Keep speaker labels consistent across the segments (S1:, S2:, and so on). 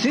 S1: す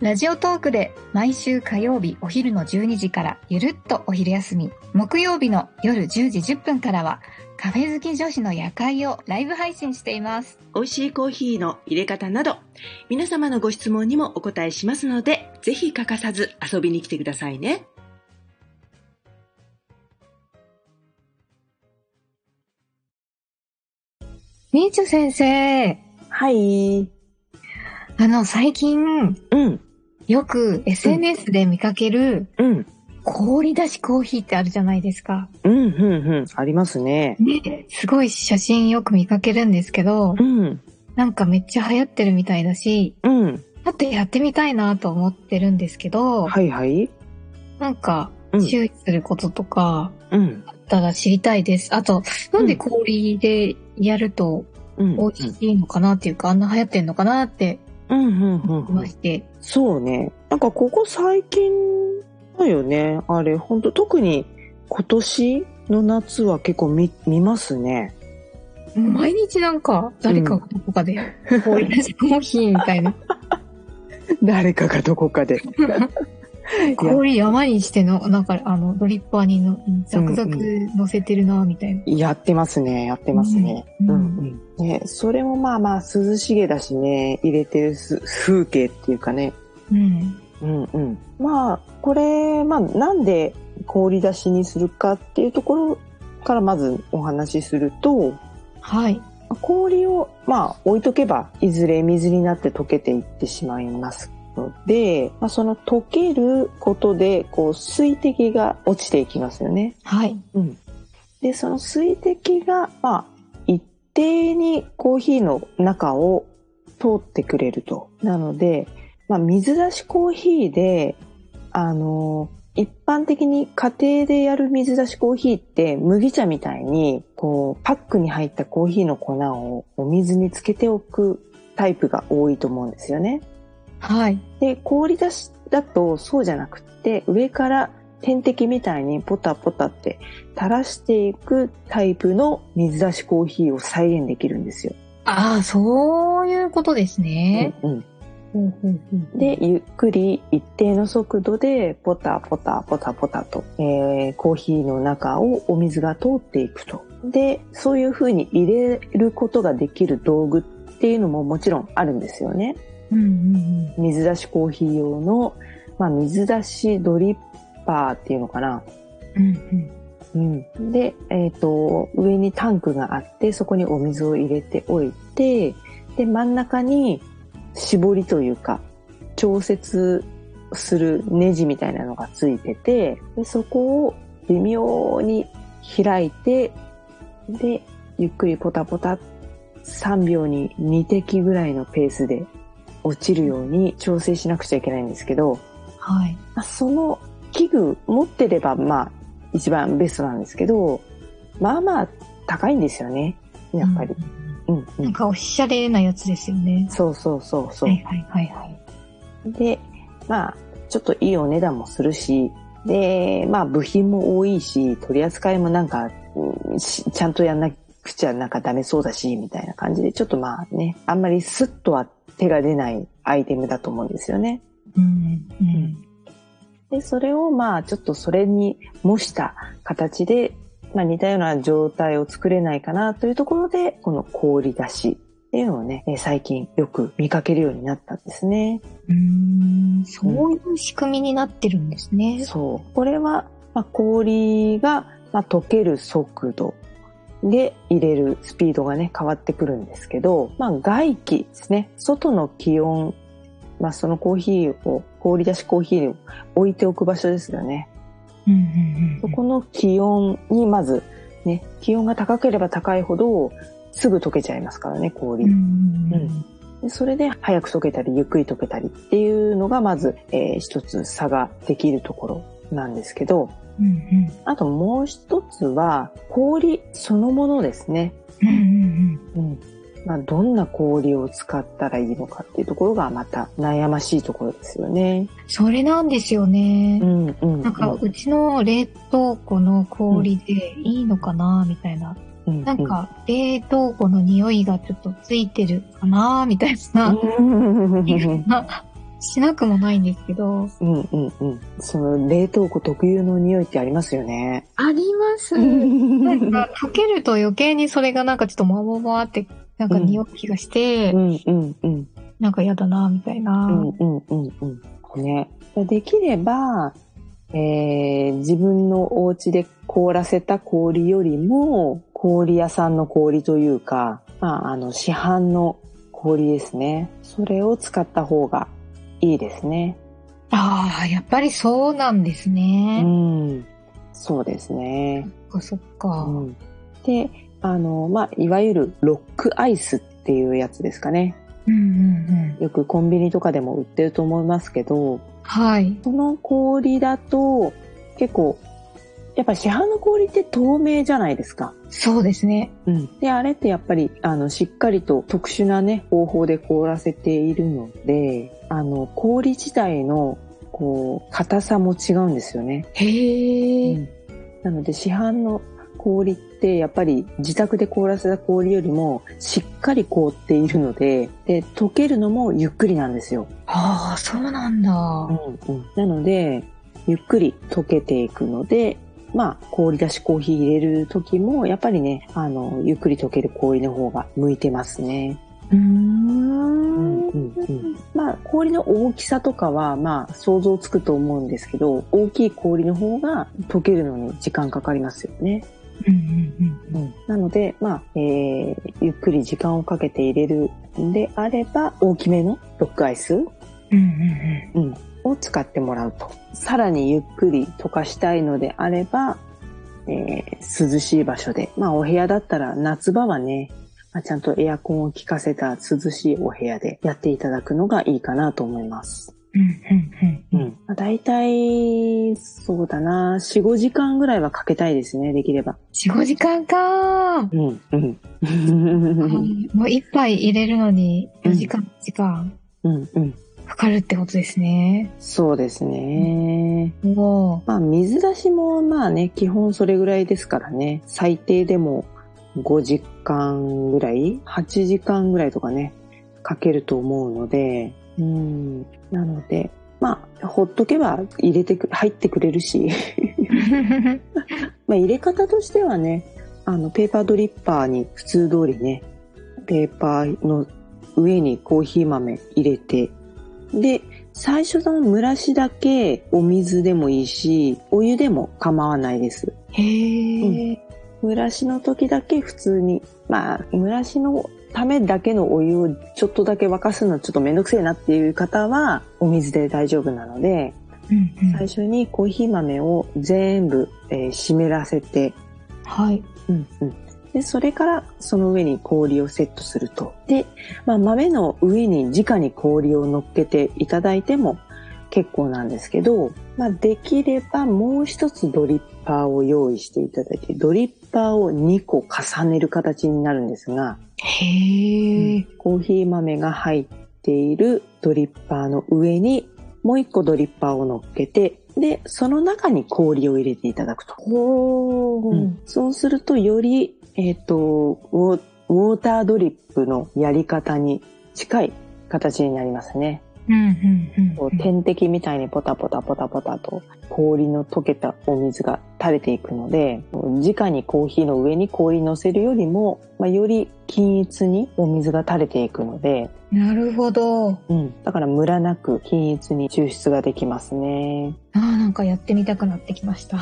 S2: ラジオトークで、毎週火曜日お昼の12時から、ゆるっとお昼休み、木曜日の夜10時10分からは、カフェ好き女子の夜会をライブ配信しています。
S1: 美味しいコーヒーの入れ方など皆様のご質問にもお答えしますのでぜひ欠かさず遊びに来てくださいね
S2: みーちょ先生、
S1: はい
S2: あの、最近、
S1: うん
S2: よく SNS で見かける、
S1: うん
S2: 氷出しコーヒーってあるじゃないですか。
S1: うんうんうんありますね
S2: ね、すごい写真よく見かけるんですけど、
S1: うん
S2: なんかめっちゃ流行ってるみたいだし、
S1: うん
S2: あとやってみたいなと思ってるんですけど、
S1: はいはい
S2: なんか
S1: うん
S2: 注意することとか
S1: うん
S2: あったら知りたいです。あと、なんで氷でやると
S1: うん
S2: 美味しいのかなっていうか、あんな流行ってんのかなって
S3: うんうんうん
S2: 思いま
S3: うん。
S2: して。
S3: そうね。なんかここ最近だよね。あれ、本当特に今年の夏は結構見、見ますね。
S2: 毎日なんか誰かがどこかで氷 出しコーヒーみたいな。
S3: 誰かがどこか で。
S2: 氷山にしての、なんかあの、ドリッパーにのザクザク乗せてるなみたいな。
S3: やってますね。やってますね。
S2: うん
S3: うんうんね、それもまあまあ涼しげだしね、入れてるす風景っていうかね。
S2: うん。
S3: うんうん。まあ、これ、まあなんで氷出しにするかっていうところからまずお話しすると、
S2: はい。
S3: 氷を、まあ、置いとけば、いずれ水になって溶けていってしまいますので、まあ、その溶けることで、こう、水滴が落ちていきますよね。
S2: はい。
S3: で、その水滴が、まあ、一定にコーヒーの中を通ってくれると。なので、まあ、水出しコーヒーで、あの、一般的に家庭でやる水出しコーヒーって麦茶みたいに、こう、パックに入ったコーヒーの粉をお水につけておくタイプが多いと思うんですよね。
S2: はい。
S3: で、氷出しだとそうじゃなくって、上から点滴みたいにポタポタって垂らしていくタイプの水出しコーヒーを再現できるんですよ。
S2: ああ、そういうことですね。
S3: うん
S2: ほうほうほう
S3: で、ゆっくり一定の速度でポタポタポタポタと、えーコーヒーの中をお水が通っていくと。で、そういう風に入れることができる道具っていうのももちろんあるんですよね。
S2: うんうんうん。
S3: 水出しコーヒー用の、まあ、水出しドリッパーっていうのかな。
S2: うんうん。
S3: うん、で、えっと上にタンクがあってそこにお水を入れておいてで真ん中に絞りというか調節するネジみたいなのがついててでそこを微妙に開いてでゆっくりポタポタ3秒に2滴ぐらいのペースで落ちるように調整しなくちゃいけないんですけど、
S2: はい。
S3: まあ、その器具持ってればまあ一番ベストなんですけどまあまあ高いんですよねやっぱり、うんうん
S2: なんかおしゃれなやつですよね。
S3: そうそうそうそう、
S2: はいはいはいはい。
S3: でまあちょっといいお値段もするしでまあ部品も多いし取り扱いもなんか、うんしちゃんとやんなくちゃなんかダメそうだしみたいな感じでちょっとまあねあんまりスッとは手が出ないアイテムだと思うんですよね。
S2: うんうん。
S3: で、それをまあちょっとそれに模した形で、まあ似たような状態を作れないかなというところで、この氷出しっていうのをね、えー最近よく見かけるようになったんですね。
S2: うーんそういう仕組みになってるんですね。
S3: そう。これは、まあ、氷が、まあ、溶ける速度で入れるスピードがね、変わってくるんですけど、まあ、外気ですね。外の気温、まあ、そのコーヒーを、氷出しコーヒーを置いておく場所ですよね。
S2: うんうん
S3: そこの気温にまず、ね、気温が高ければ高いほど、すぐ溶けちゃいますからね、
S2: う
S3: 氷。
S2: んうんうん
S3: うんでそれで早く溶けたり、ゆっくり溶けたりっていうのが、まず、えー一つ差ができるところなんですけど、
S2: うんうん
S3: あともう一つは、氷そのものですね。
S2: うんうん
S3: うん。まあ、どんな氷を使ったらいいのかっていうところがまた悩ましいところですよね。
S2: うんそれなんですよね
S3: う。んうん、うん。
S2: なんか、うちの冷凍庫の氷でいいのかなみたいな。
S3: うう
S2: なん、か、冷凍庫の匂いがちょっとついてるかなみたいな。
S3: うん
S2: 気がしなくもないんですけど。
S3: うんうんうん。その冷凍庫特有の匂いってありますよね。
S2: ありますなんか、溶けると余計にそれがなんかちょっともわもわって、なんか匂う気がして、
S3: うんうんうん。
S2: なんか嫌だな、みたいな。
S3: うんうんうんうん。ね。できれば、えー、自分のお家で凍らせた氷よりも、氷屋さんの氷というか、まあ、あの、市販の氷ですね。それを使った方がいいですね。
S2: ああ、やっぱりそうなんです
S3: う
S2: ね。
S3: ん。そうですね。
S2: そっかそっか。
S3: うんで、あの、まあ、いわゆるロックアイスっていうやつですかね。
S2: うんうんうん。
S3: よくコンビニとかでも売ってると思いますけど、
S2: はい。
S3: その氷だと結構、やっぱり市販の氷って透明じゃないですか。
S2: そうですね。
S3: うん。で、あれってやっぱり、あの、しっかりと特殊なね、方法で凍らせているので、あの、氷自体の、こう、硬さも違うんですよね。
S2: へえ。
S3: なので市販の氷ってやっぱり自宅で凍らせた氷よりもしっかり凍っているのでで溶けるのもゆっくりなんですよ、
S2: ああ、そうなんだ。
S3: なのでゆっくり溶けていくのでまあ氷出しコーヒー入れる時もやっぱりねあのゆっくり溶ける氷の方が向いてますね、
S2: うー
S3: うん
S2: ん。
S3: うんうんまあ氷の大きさとかはまあ想像つくと思うんですけど大きい氷の方が溶けるのに時間かかりますよね
S2: うんうん
S3: なので、まあ、えー、ゆっくり時間をかけて入れるんであれば、大きめのロックアイス
S2: うん。うんうん
S3: を使ってもらうと。さらにゆっくり溶かしたいのであれば、えー、涼しい場所で。まあ、お部屋だったら夏場はね、まあ、ちゃんとエアコンを効かせた涼しいお部屋でやっていただくのがいいかなと思います。
S2: うん。うんうんうん。
S3: ん。まあ、大体、そうだな、4、5時間ぐらいはかけたいですね、できれば。
S2: 4、5時間か。
S3: うん、うん。
S2: もう一杯入れるのに4時間、時間
S3: うん、うん。
S2: かかるってことですね。
S3: そうですね。
S2: も
S3: まあ、水出しもまあね、基本それぐらいですからね。最低でも5時間ぐらい ?8 時間ぐらいとかね、かけると思うので。うん。なので、まあ、ほっとけば入れてく、入ってくれるし。
S2: う。
S3: まあ、入れ方としてはね、あの、ペーパードリッパーに普通通りね、ペーパーの上にコーヒー豆入れて、で、最初その蒸らしだけお水でもいいし、お湯でも構わないです。
S2: へえ。
S3: 蒸らしの時だけ普通に、まあ、蒸らしのためだけのお湯をちょっとだけ沸かすのちょっとめんどくせえなっていう方は、お水で大丈夫なので、
S2: うんうん
S3: 最初にコーヒー豆を全部、えー湿らせて、
S2: はい。
S3: うんうん。で、それからその上に氷をセットすると。で、まあ、豆の上に直に氷を乗っけていただいても結構なんですけど、まあ、できればもう一つドリッパーを用意していただいて、ドリッパーを2個重ねる形になるんですが、
S2: へえ。
S3: コーヒー豆が入っているドリッパーの上にもう1個ドリッパーを乗っけて、で、その中に氷を入れていただくと。
S2: ほー。
S3: そうするとより、えっ、とウォ、ウォータードリップのやり方に近い形になりますね。
S2: うんうんうん
S3: こ
S2: う。
S3: うん点滴みたいにポタポタポタポタと氷の溶けたお水が垂れていくので、直にコーヒーの上に氷乗せるよりも、まあ、より均一にお水が垂れていくので、
S2: なるほど。あ
S3: うん。だからムラなく均一に抽出ができますね。
S2: あ、なんかやってみたくなってきま した。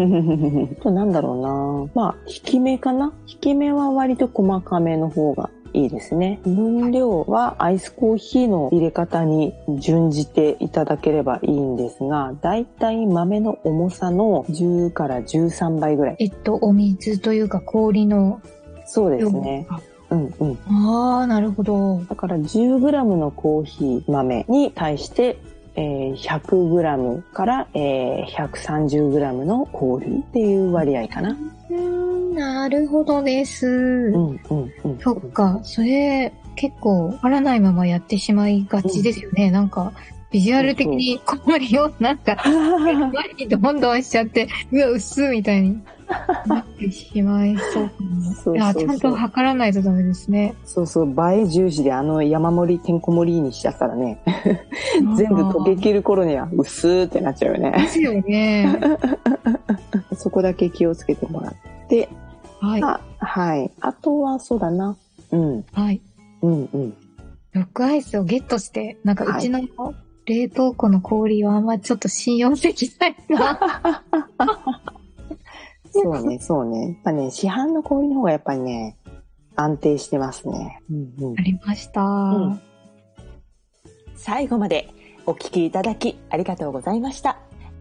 S3: あとなんだろうな。まあ、引き目かな引き目は割と細かめの方がいいですね。分量はアイスコーヒーの入れ方に準じていただければいいんですが、だいたい豆の重さの10から13倍ぐらい。
S2: えっと、お水というか氷の
S3: そうです
S2: 量
S3: ね。
S2: が。
S3: うんうん。
S2: ああ、なるほど。
S3: だから 10g のコーヒー豆に対して、えー 100g から、えー 130g の氷っていう割合かな。
S2: うん、なるほどです。
S3: うんうんうん。
S2: そっか、それ、結構、わからないままやってしまいがちですよね。なんか、ビジュアル的に困るよ。なん か、前にどんどんしちゃって、うわ、薄っみたいになってしまいそうかも。
S3: そうそうそう
S2: いや、ちゃんと測らないとダメですね。
S3: そうそう、映え重視であの山盛り、てんこ盛りにしちゃったらね、全部溶けきる頃には薄ーってなっちゃうよ
S2: で
S3: ね。
S2: すよね。
S3: そこだけ気をつけてもらって、
S2: はい。
S3: あ、はい。あとは、そうだな。うん、
S2: はい。
S3: うん、うん。
S2: ロックアイスをゲットして、なんか
S3: はいう
S2: ちの冷凍庫の氷はあんまちょっと信用できない な。
S3: そう ね、そうね。やっぱね、市販の氷の方がやっぱりね、安定してますね。うん、うん
S2: あ。りました。
S3: ん最後までお聞きいただきありがとうございました。